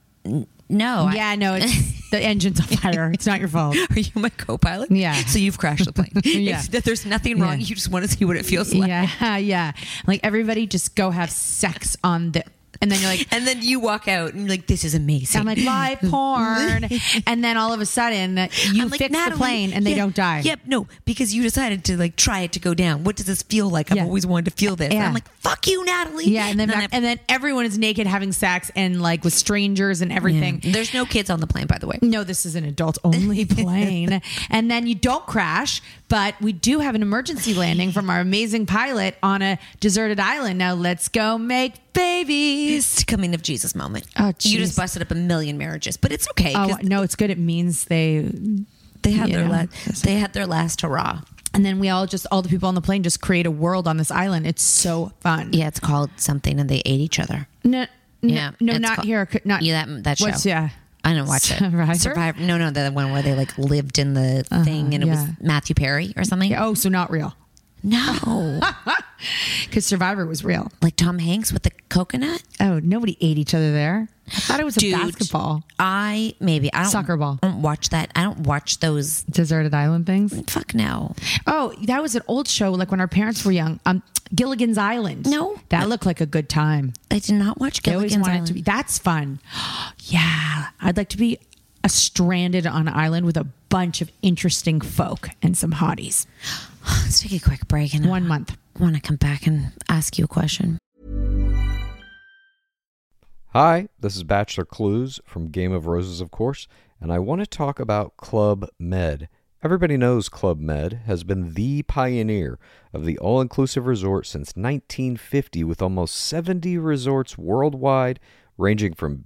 Speaker 5: No. Oh, I-
Speaker 4: yeah, no, it's the engine's on fire. It's not your fault.
Speaker 5: <laughs> are you my co-pilot?
Speaker 4: Yeah.
Speaker 5: So you've crashed
Speaker 4: <laughs>
Speaker 5: the plane.
Speaker 4: Yeah.
Speaker 5: It's that there's nothing wrong.
Speaker 4: Yeah.
Speaker 5: You just want to see what it feels like.
Speaker 4: Yeah, <laughs> yeah. Like everybody just go have sex on the, and then you're like,
Speaker 5: And then you walk out and you're like, this is amazing.
Speaker 4: I'm like live
Speaker 5: <laughs>
Speaker 4: porn, and then all of a sudden you
Speaker 5: I'm like,
Speaker 4: fix the
Speaker 5: Natalie,
Speaker 4: plane and they
Speaker 5: yeah,
Speaker 4: don't die.
Speaker 5: Yep, no, because you decided to like try it to go down. What does this feel like?
Speaker 4: Yeah.
Speaker 5: I've always wanted to feel this. And
Speaker 4: Yeah.
Speaker 5: I'm like, fuck you, Natalie.
Speaker 4: Yeah, and then back,
Speaker 5: I-
Speaker 4: and then everyone is naked having sex and like with strangers and everything. <laughs>
Speaker 5: Yeah. There's no kids on the plane, by the way.
Speaker 4: No, this is an adult
Speaker 5: <laughs>
Speaker 4: only plane. and then you don't crash, but we do have an emergency landing from our amazing pilot on a deserted island. Now let's go make babies.
Speaker 5: It's a coming of Jesus moment.
Speaker 4: Oh,
Speaker 5: you
Speaker 4: jeez.
Speaker 5: just busted up a million marriages, but it's okay. 'cause
Speaker 4: Oh, no, it's good. It means they
Speaker 5: they had
Speaker 4: you
Speaker 5: their
Speaker 4: know,
Speaker 5: last. They had their last hurrah.
Speaker 4: and then we all just all the people on the plane just create a world on this island. It's so fun.
Speaker 5: Yeah, it's called something, and they ate each other.
Speaker 4: No, no,
Speaker 5: Yeah,
Speaker 4: no
Speaker 5: it's
Speaker 4: not
Speaker 5: called-
Speaker 4: here. Not
Speaker 5: Yeah, that that show.
Speaker 4: What's- yeah.
Speaker 5: I didn't watch it.
Speaker 4: Survivor? Uh-huh,
Speaker 5: Survivor. No, no, the one where they like lived in the thing, and it
Speaker 4: yeah.
Speaker 5: was Matthew Perry or something.
Speaker 4: Oh, so not real. <laughs>
Speaker 5: No,
Speaker 4: Because Survivor was real.
Speaker 5: like Tom Hanks with the coconut.
Speaker 4: Oh, nobody ate each other there. I thought it was
Speaker 5: Dude.
Speaker 4: a basketball
Speaker 5: I maybe I don't
Speaker 4: Soccer ball.
Speaker 5: I don't watch that. I don't watch those.
Speaker 4: deserted island things.
Speaker 5: Fuck no.
Speaker 4: Oh, that was an old show, like when our parents were young. Um, Gilligan's Island.
Speaker 5: No.
Speaker 4: that looked like a good time.
Speaker 5: I did not watch
Speaker 4: I always
Speaker 5: Gilligan's
Speaker 4: wanted
Speaker 5: Island.
Speaker 4: to be. That's fun. <gasps> yeah, I'd like to be a stranded on an island with a bunch of interesting folk and some hotties.
Speaker 5: Let's take a quick break and
Speaker 4: One month.
Speaker 5: want to come back and ask you a question.
Speaker 11: Hi, this is Bachelor Clues from Game of Roses, of course, and I want to talk about Club Med. Everybody knows Club Med has been the pioneer of the all inclusive resort since 1950, with almost 70 resorts worldwide, ranging from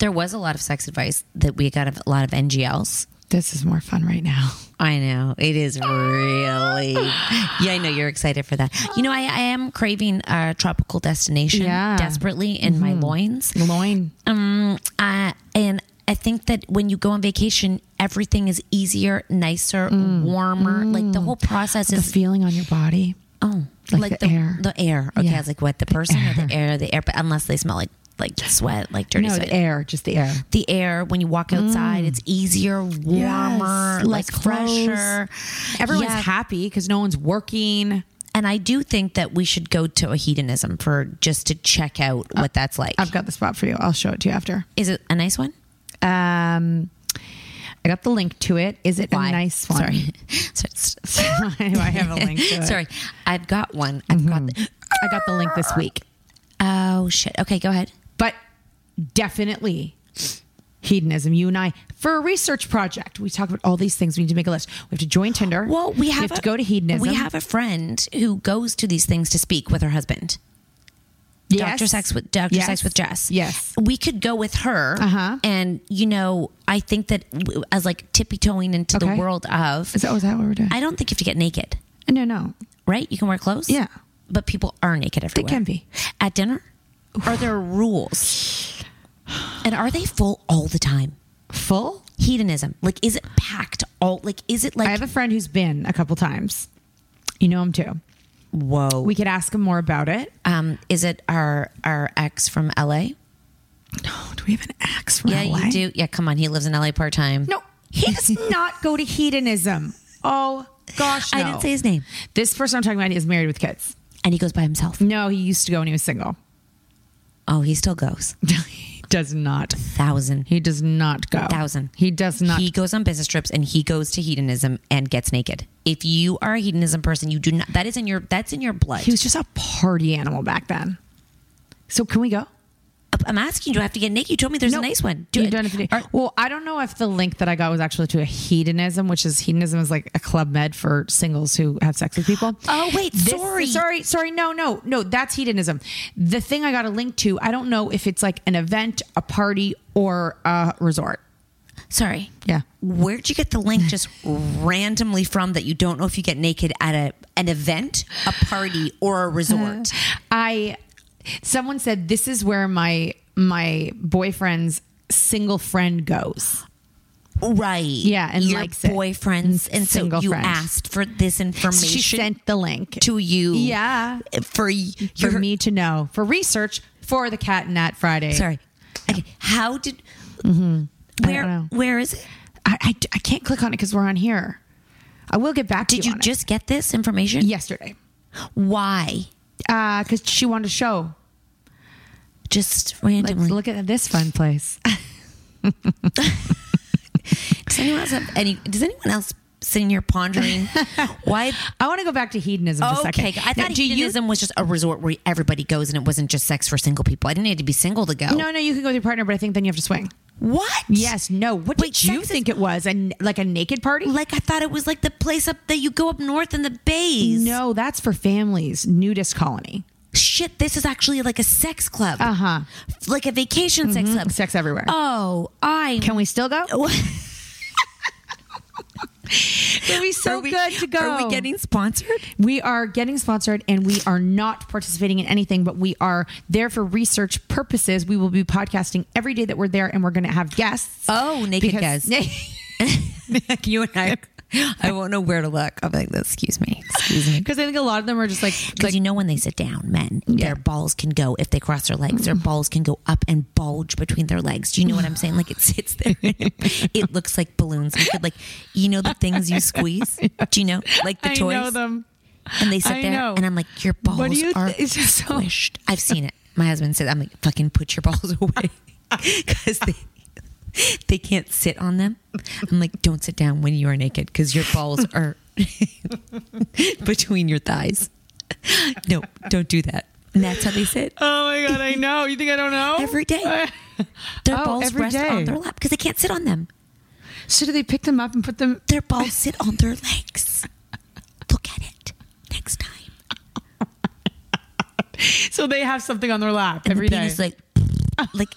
Speaker 5: There was a lot of sex advice that we got a lot of NGLs.
Speaker 4: This is more fun right now.
Speaker 5: I know it is
Speaker 4: <gasps>
Speaker 5: really. Yeah, I know you're excited for that. You know, I, I am craving a tropical destination
Speaker 4: Yeah. Mm-hmm.
Speaker 5: desperately in my loins.
Speaker 4: <laughs> Loin.
Speaker 5: Um, uh, and I think that when you go on vacation, everything is easier, nicer, warmer. Like the whole process
Speaker 4: Mm. The
Speaker 5: is
Speaker 4: feeling on your body.
Speaker 5: oh,
Speaker 4: like the air.
Speaker 5: The air. Okay,
Speaker 4: Yeah.
Speaker 5: I was like, what? The person or the air? The air, but unless they smell like like sweat, like dirty
Speaker 4: No,
Speaker 5: sweat.
Speaker 4: the air, just the air.
Speaker 5: The air when you walk outside, it's easier, warmer,
Speaker 4: Yes,
Speaker 5: like
Speaker 4: less clothes.
Speaker 5: fresher.
Speaker 4: Everyone's
Speaker 5: Yeah.
Speaker 4: happy because no one's working.
Speaker 5: And I do think that we should go to a hedonism for just to check out
Speaker 4: Uh,
Speaker 5: what that's like.
Speaker 4: I've got the spot for you. I'll show it to you after.
Speaker 5: Is it a nice one?
Speaker 4: Um, I got the link to it. Is it
Speaker 5: Why?
Speaker 4: a nice one? <laughs>
Speaker 5: Sorry. <laughs> Sorry.
Speaker 4: I have a <laughs>
Speaker 5: <laughs>
Speaker 4: link to it. Mm-hmm.
Speaker 5: Sorry. I've got one. I've got the,
Speaker 4: I got the link this week.
Speaker 5: Oh shit. Okay, go ahead.
Speaker 4: But definitely hedonism, you and I, for a research project. We talk about all these things. We need to make a list. We have to join Tinder.
Speaker 5: Well, we have,
Speaker 4: have
Speaker 5: a-
Speaker 4: to go to hedonism.
Speaker 5: We have a friend who goes to these things to speak with her husband.
Speaker 4: Yes.
Speaker 5: Dr. Sex with Dr.
Speaker 4: Yes.
Speaker 5: Sex with Jess.
Speaker 4: Yes.
Speaker 5: We could go with her.
Speaker 4: Uh-huh.
Speaker 5: And you know, I think that w- as like tippy toeing into the
Speaker 4: Okay.
Speaker 5: world of
Speaker 4: Is that was that what we're doing?
Speaker 5: I don't think you have to get naked,
Speaker 4: no, no,
Speaker 5: right? You can wear clothes.
Speaker 4: Yeah.
Speaker 5: But people are naked
Speaker 4: they
Speaker 5: everywhere.
Speaker 4: can be.
Speaker 5: At dinner? Are there rules? And are they full all the time?
Speaker 4: Full?
Speaker 5: Hedonism. Like is it packed all like is it
Speaker 4: I
Speaker 5: like
Speaker 4: have a friend who's been a couple times. You know him too.
Speaker 5: whoa.
Speaker 4: We could ask him more about it.
Speaker 5: um is it our our ex from LA?
Speaker 4: Oh, do we have an axe from
Speaker 5: yeah,
Speaker 4: LA?
Speaker 5: you do. Yeah, come on. He lives in LA part time.
Speaker 4: No, he <laughs> does not go to hedonism. Oh gosh,
Speaker 5: I
Speaker 4: no.
Speaker 5: didn't say his name.
Speaker 4: This person I'm talking about is married with kids.
Speaker 5: And he goes by himself.
Speaker 4: No, he used to go when he was single. <laughs>
Speaker 5: Oh, he still goes.
Speaker 4: he does not.
Speaker 5: Thousand.
Speaker 4: <laughs> He does not go.
Speaker 5: Thousand.
Speaker 4: He does not.
Speaker 5: He goes on business trips and he goes to hedonism and gets naked. If you are a hedonism person, you do not that is in your that's in your blood.
Speaker 4: he was just a party animal back then. So can we go?
Speaker 5: Uh, I'm asking you, do I have to get naked? You told me there's a nice one. Do
Speaker 4: you
Speaker 5: it.
Speaker 4: don't have to do-
Speaker 5: Are-
Speaker 4: well, I don't know if the link that I got was actually to a hedonism, which is hedonism is like a club med for singles who have sex with people.
Speaker 5: <gasps> Oh, wait,
Speaker 4: This-
Speaker 5: sorry.
Speaker 4: sorry, sorry. No, no, no. That's hedonism. The thing I got a link to, I don't know if it's like an event, a party, or a resort.
Speaker 5: Sorry.
Speaker 4: Yeah.
Speaker 5: Where'd you get the link just randomly from that you don't know if you get naked at a an event, a party, or a resort?
Speaker 4: Uh, I someone said this is where my my boyfriend's single friend goes.
Speaker 5: right.
Speaker 4: Yeah, and
Speaker 5: your
Speaker 4: likes it.
Speaker 5: boyfriends. And so
Speaker 4: Single
Speaker 5: you
Speaker 4: friend.
Speaker 5: asked for this information
Speaker 4: She sent the link.
Speaker 5: to you.
Speaker 4: Yeah. for
Speaker 5: For, your-
Speaker 4: me to know for research for the cat and nat Friday.
Speaker 5: Sorry. Okay. How did
Speaker 4: Mm-hmm. don't
Speaker 5: where
Speaker 4: know.
Speaker 5: where is it?
Speaker 4: I, I, I can't click on it because we're on here. I will get back to
Speaker 5: Did
Speaker 4: you.
Speaker 5: you
Speaker 4: on it.
Speaker 5: just get this information?
Speaker 4: yesterday?
Speaker 5: Why?
Speaker 4: Because she wanted to show.
Speaker 5: Just
Speaker 4: Like,
Speaker 5: randomly.
Speaker 4: look at this fun place.
Speaker 5: does anyone else have any? Does anyone else sitting here pondering
Speaker 4: <laughs>
Speaker 5: why?
Speaker 4: I want to go back to hedonism for a second.
Speaker 5: Okay, I
Speaker 4: Now,
Speaker 5: thought
Speaker 4: do you-
Speaker 5: hedonism was just a resort where everybody goes, and it wasn't just sex for single people. I didn't need to be single to go.
Speaker 4: No, no, you can go with your partner, but I think then you have to swing.
Speaker 5: What?
Speaker 4: Yes, no. What
Speaker 5: Wait,
Speaker 4: did you
Speaker 5: sex is-
Speaker 4: think it was? And like a naked party?
Speaker 5: Like I thought it was like the place up that you go up north in the bays.
Speaker 4: no, that's for families. Nudist colony.
Speaker 5: shit, this is actually like a sex club.
Speaker 4: Uh huh.
Speaker 5: Like a vacation sex club.
Speaker 4: Mm-hmm. Sex everywhere.
Speaker 5: Uh-huh. Oh, I
Speaker 4: Can we still
Speaker 5: <laughs>
Speaker 4: go? It'd be so
Speaker 5: Are we-
Speaker 4: good to go.
Speaker 5: Are we getting sponsored?
Speaker 4: We are getting sponsored and we are not participating in anything, but we are there for research purposes. We will be podcasting every day that we're there and we're going to have guests.
Speaker 5: <laughs> Oh, naked
Speaker 4: Because-
Speaker 5: you and
Speaker 4: <laughs>
Speaker 5: I. I won't know where to look. I'll be like, excuse me, excuse me.
Speaker 4: Because I think a lot of them are just like,
Speaker 5: Because you know when they sit down, men, their balls can go if they cross their legs.
Speaker 4: Mm-hmm.
Speaker 5: Their balls can go up and bulge between their legs. Do you know what I'm saying? Like it
Speaker 4: <laughs>
Speaker 5: sits there, it looks like balloons. You could like, you know, the things
Speaker 4: <laughs>
Speaker 5: you squeeze. Do you know, like the
Speaker 4: I
Speaker 5: toys?
Speaker 4: know them.
Speaker 5: And they sit
Speaker 4: I
Speaker 5: there,
Speaker 4: know.
Speaker 5: and I'm like, your balls
Speaker 4: What do you
Speaker 5: are
Speaker 4: th- <laughs> it's just so-
Speaker 5: squished. I've seen it. My husband said, I'm like, fucking put your balls <laughs>
Speaker 4: <laughs>
Speaker 5: away because they. They can't sit on them. I'm like, don't sit down when you are naked because your
Speaker 4: <laughs>
Speaker 5: balls are <laughs> between your thighs. No, don't do that. And that's how they sit
Speaker 4: Oh my God, I know. You think I don't know? <laughs>
Speaker 5: every day. Their
Speaker 4: Oh,
Speaker 5: balls
Speaker 4: every
Speaker 5: rest
Speaker 4: day.
Speaker 5: on their lap because they can't sit on them.
Speaker 4: So do they pick them up and put them?
Speaker 5: Their balls sit on their legs. Look at it next time.
Speaker 4: <laughs> So they have something on their lap
Speaker 5: And
Speaker 4: every
Speaker 5: the
Speaker 4: day.
Speaker 5: penis like, like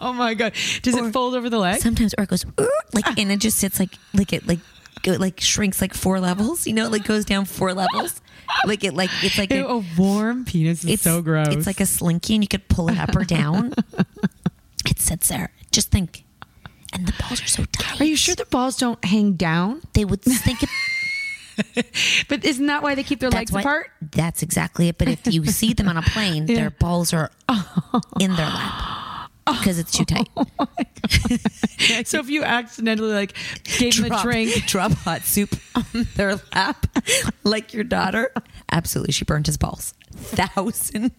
Speaker 4: oh my God. Does
Speaker 5: Or-
Speaker 4: it fold over the leg?
Speaker 5: sometimes or it goes "Ooh," like and it just sits like like it like go, like shrinks like four levels you know it like goes down four levels like it like it's like
Speaker 4: Ew,
Speaker 5: a,
Speaker 4: a warm penis is
Speaker 5: it's
Speaker 4: so gross.
Speaker 5: it's like a slinky and you could pull it up
Speaker 4: <laughs>
Speaker 5: or down it sits there just think and the balls are so tight
Speaker 4: Are you sure the balls don't hang down?
Speaker 5: they would think it,
Speaker 4: <laughs> But isn't that why they keep their legs
Speaker 5: that's why
Speaker 4: apart?
Speaker 5: that's exactly it but if you see them on
Speaker 4: <laughs>
Speaker 5: a plane their balls are in their lap because
Speaker 4: <laughs>
Speaker 5: it's too tight
Speaker 4: So if you accidentally like gave them a
Speaker 5: Drop-
Speaker 4: drink,
Speaker 5: <laughs> drop hot soup on their lap <laughs> like your daughter. Absolutely, she burned his balls. Thousand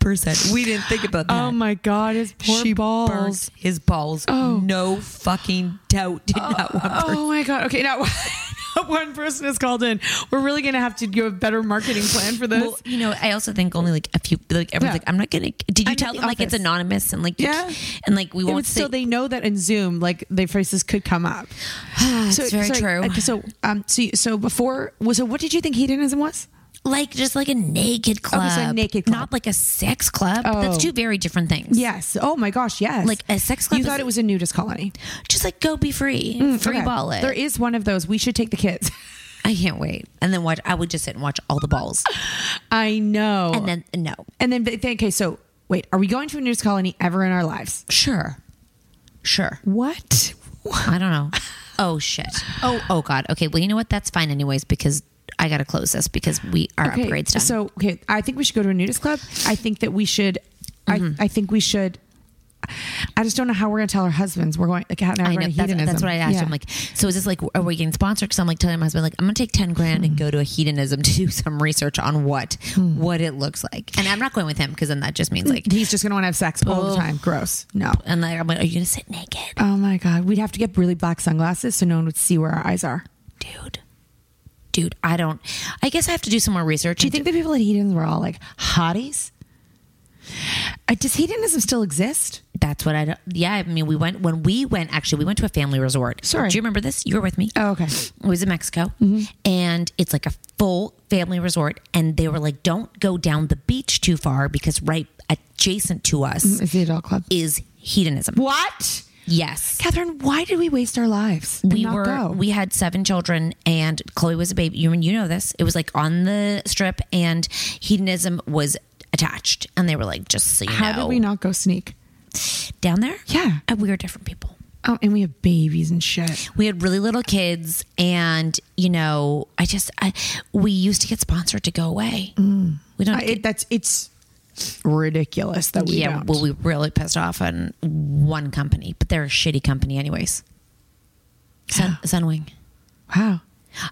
Speaker 5: percent. We didn't think about that.
Speaker 4: Oh my god, his poor
Speaker 5: she
Speaker 4: balls. Uh,
Speaker 5: burnt his balls. No fucking doubt. Did not want.
Speaker 4: Oh my god. Okay, now <laughs> one person has called in. We're really going to have to do a better marketing plan for this.
Speaker 5: Well, you know, I also think only like a few, like everyone's
Speaker 4: Yeah.
Speaker 5: like, I'm not gonna. Did you
Speaker 4: I'm
Speaker 5: tell
Speaker 4: in
Speaker 5: them
Speaker 4: the
Speaker 5: like it's
Speaker 4: office.
Speaker 5: anonymous and like you
Speaker 4: Yeah.
Speaker 5: c- and like we
Speaker 4: It
Speaker 5: won't
Speaker 4: would
Speaker 5: say
Speaker 4: still they know that in Zoom, like their faces could come up.
Speaker 5: <sighs> It's very true.
Speaker 4: okay, So, um, so, you- so before, was so what did you think hedonism was?
Speaker 5: Like just like a naked
Speaker 4: Okay, so Oh, a
Speaker 5: club,
Speaker 4: naked club.
Speaker 5: not like a sex club.
Speaker 4: Oh.
Speaker 5: That's two very different things.
Speaker 4: Yes. Oh my gosh. Yes.
Speaker 5: Like a sex club
Speaker 4: You
Speaker 5: is-
Speaker 4: thought it was a nudist colony.
Speaker 5: Just like go be free, free
Speaker 4: Mm, okay.
Speaker 5: ball it.
Speaker 4: There is one of those. We should take the kids. <laughs>
Speaker 5: I can't wait. And then watch. I would just sit and watch all
Speaker 4: <laughs>
Speaker 5: the balls.
Speaker 4: I know.
Speaker 5: And then no,
Speaker 4: And then, but then- okay. So wait, are we going to a nudist colony ever in our lives?
Speaker 5: Sure. Sure.
Speaker 4: What?
Speaker 5: I
Speaker 4: <laughs>
Speaker 5: don't know. Oh shit. Oh oh god. Okay. Well, you know what? That's fine anyways because I gotta close this because we our
Speaker 4: okay,
Speaker 5: upgrades done.
Speaker 4: So okay, I think we should go to a nudist club. I think that we should.
Speaker 5: Mm-hmm.
Speaker 4: I, I think we should. I just don't know how we're going to tell our husbands we're going. Like, how, now we're
Speaker 5: I know
Speaker 4: going to
Speaker 5: that's,
Speaker 4: hedonism.
Speaker 5: that's what I asked
Speaker 4: Yeah.
Speaker 5: him. Like, so is this like, are we getting sponsored? Because I'm like telling my husband, like, I'm gonna take ten grand
Speaker 4: Hmm.
Speaker 5: and go to a hedonism to do <laughs> some research on what what it looks like. And I'm not going with him because then that just means like
Speaker 4: he's just going to want to have sex all the
Speaker 5: Ugh.
Speaker 4: time. Gross. No.
Speaker 5: And like, I'm like, are you gonna sit naked?
Speaker 4: Oh my god, we'd have to get really black sunglasses so no one would see where our eyes are.
Speaker 5: Dude, I don't. I guess I have to do some more research.
Speaker 4: Do you think the people at Hedonism were all like hotties? Uh, does hedonism still exist?
Speaker 5: That's what I don't. Yeah, I mean, we went when we went. Actually, we went to a family resort.
Speaker 4: Sorry.
Speaker 5: do you remember this? You were with me.
Speaker 4: Oh, okay.
Speaker 5: It was in Mexico,
Speaker 4: Mm-hmm.
Speaker 5: and it's like a full family resort. And they were like, "Don't go down the beach too far because right adjacent to us
Speaker 4: Mhm, Is the adult club?
Speaker 5: is hedonism."
Speaker 4: What?
Speaker 5: Yes.
Speaker 4: Catherine, why did we waste our lives? and
Speaker 5: We
Speaker 4: not
Speaker 5: were
Speaker 4: go?
Speaker 5: we had seven children and Chloe was a baby. You you know this. It was like on the strip and hedonism was attached. And they were like, just so you
Speaker 4: How
Speaker 5: know,
Speaker 4: did we not go sneak?
Speaker 5: down there.
Speaker 4: Yeah.
Speaker 5: And we were different people.
Speaker 4: Oh, and we have babies and shit.
Speaker 5: We had really little kids, and you know, I just I we used to get sponsored to go away. We don't.
Speaker 4: I, Mm. Uh, it, that's it's ridiculous that we
Speaker 5: yeah,
Speaker 4: don't.
Speaker 5: well, we really pissed off on one company, but they're a shitty company, anyways.
Speaker 4: <gasps>
Speaker 5: Sun, Sunwing. Uh,
Speaker 4: wow.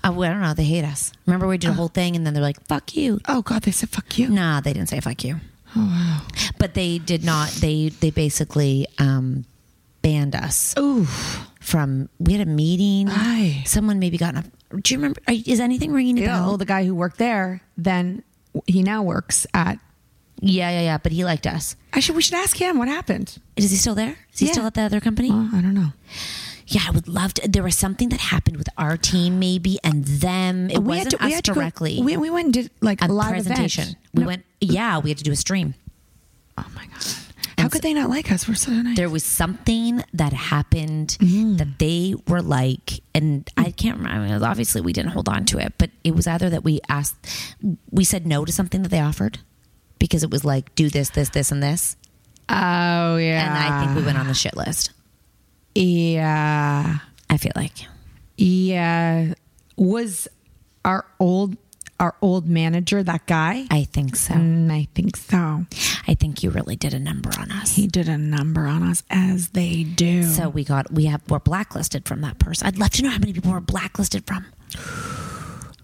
Speaker 5: I, I don't know. They hate us. Remember, we did a whole thing, and then they're like, "Fuck you."
Speaker 4: Oh God, they said fuck you.
Speaker 5: Nah, they didn't say "fuck you,"
Speaker 4: Oh,
Speaker 5: but they did not. They they basically um, banned us.
Speaker 4: Ooh.
Speaker 5: From we had a meeting.
Speaker 4: Aye.
Speaker 5: Someone maybe got. in a- Do you remember? Are, is anything ringing a
Speaker 4: Yeah.
Speaker 5: bell?
Speaker 4: Well, the guy who worked there, then he now works at.
Speaker 5: Yeah, yeah, yeah. But he liked us.
Speaker 4: I should. We should ask him what happened.
Speaker 5: Is he still there? Is he
Speaker 4: Yeah.
Speaker 5: still at the other company?
Speaker 4: Well, I don't know.
Speaker 5: yeah, I would love to. There was something that happened with our team, maybe, and them. It wasn't us
Speaker 4: to go-
Speaker 5: directly.
Speaker 4: we, we went and did like a,
Speaker 5: a
Speaker 4: live
Speaker 5: presentation.
Speaker 4: Event.
Speaker 5: We
Speaker 4: No,
Speaker 5: went. Yeah, we had to do a stream.
Speaker 4: Oh my god! How could they not like us? We're so nice.
Speaker 5: There was something that happened
Speaker 4: Mm.
Speaker 5: that they were like, and I can't remember. I mean, obviously, we didn't hold on to it, but it was either that we asked, we said no to something that they offered because it was like, do this, this, this, and this.
Speaker 4: Oh yeah.
Speaker 5: And I think we went on the shit list.
Speaker 4: Yeah.
Speaker 5: I feel like.
Speaker 4: Yeah. Was our old our old manager that guy?
Speaker 5: I think so.
Speaker 4: Mm, I think so.
Speaker 5: I think you really did a number on us.
Speaker 4: He did a number on us, as they do.
Speaker 5: So we got we have we're blacklisted from that person. I'd love to know how many people we're blacklisted from.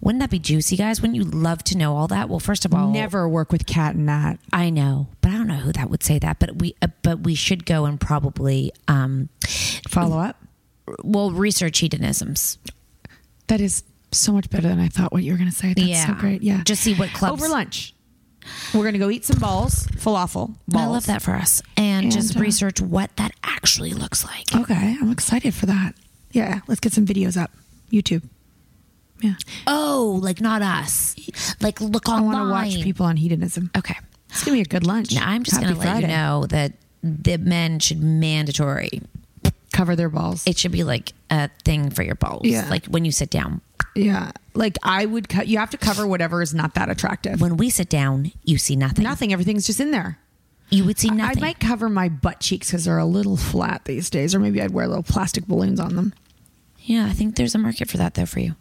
Speaker 5: Wouldn't that be juicy, guys? Wouldn't you love to know all that? Well, first of all,
Speaker 4: never work with Cat and Nat.
Speaker 5: I know, but I don't know who that would say that. But we uh, but we should go and probably um,
Speaker 4: Follow up.
Speaker 5: well research hedonisms.
Speaker 4: That is so much better than I thought. What you were going to say. That's so
Speaker 5: Yeah.
Speaker 4: great. Yeah.
Speaker 5: Just see what clubs-
Speaker 4: over lunch. We're going to go eat some balls, falafel. Balls.
Speaker 5: I love that for us, and,
Speaker 4: And,
Speaker 5: just
Speaker 4: uh,
Speaker 5: research what that actually looks like.
Speaker 4: Okay, I'm excited for that. Yeah, let's get some videos up. YouTube. Yeah.
Speaker 5: Oh, like not us. Like look
Speaker 4: I
Speaker 5: online.
Speaker 4: want to watch people on hedonism.
Speaker 5: Okay.
Speaker 4: It's going to be a good lunch.
Speaker 5: Now, I'm just
Speaker 4: Happy
Speaker 5: going to let you
Speaker 4: Friday.
Speaker 5: know that the men should mandatory
Speaker 4: Cover their balls.
Speaker 5: it should be like a thing for your balls.
Speaker 4: Yeah.
Speaker 5: Like when you sit down.
Speaker 4: yeah. Like I would cut, you have to cover whatever is not that attractive.
Speaker 5: When we sit down, you see nothing.
Speaker 4: nothing, everything's just in there.
Speaker 5: You would see nothing.
Speaker 4: I might cover my butt cheeks because they're a little flat these days, or maybe I'd wear little plastic balloons on them.
Speaker 5: yeah, I think there's a market for that though for you.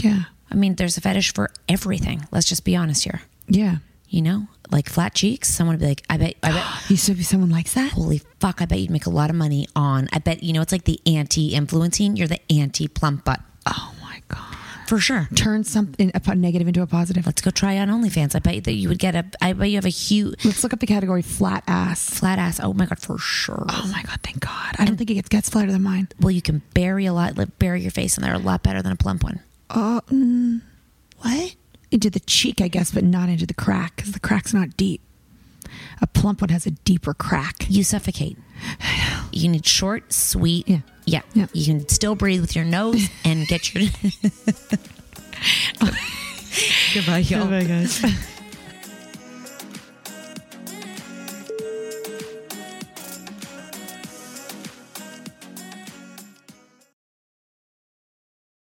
Speaker 4: Yeah.
Speaker 5: I mean, there's a fetish for everything. Let's just be honest here.
Speaker 4: Yeah.
Speaker 5: You know, like flat cheeks. Someone would be like, I bet, I
Speaker 4: <gasps>
Speaker 5: bet.
Speaker 4: You said someone likes that?
Speaker 5: Holy fuck! I bet you'd make a lot of money on. I bet you know it's like the anti-influencing. You're the anti-plump butt
Speaker 4: Oh my God.
Speaker 5: for sure.
Speaker 4: Turn something, a po- negative into a positive.
Speaker 5: Let's go try on OnlyFans. I bet that you would get a. I bet you have a huge
Speaker 4: Let's look up the category flat ass.
Speaker 5: flat ass. Oh my god, for sure.
Speaker 4: Oh my god, thank God. I don't think it gets, gets flatter than mine.
Speaker 5: Well, you can bury a lot, like bury your face in there a lot better than a plump one.
Speaker 4: Uh, mm, what? Into the cheek, I guess, but not into the crack because the crack's not deep. A plump one has a deeper crack.
Speaker 5: You <sighs> suffocate. You need short, sweet. Yeah. Yeah. You can still breathe with your <laughs> nose and get your. Goodbye, y'all.
Speaker 4: <laughs>
Speaker 13: Goodbye, guys.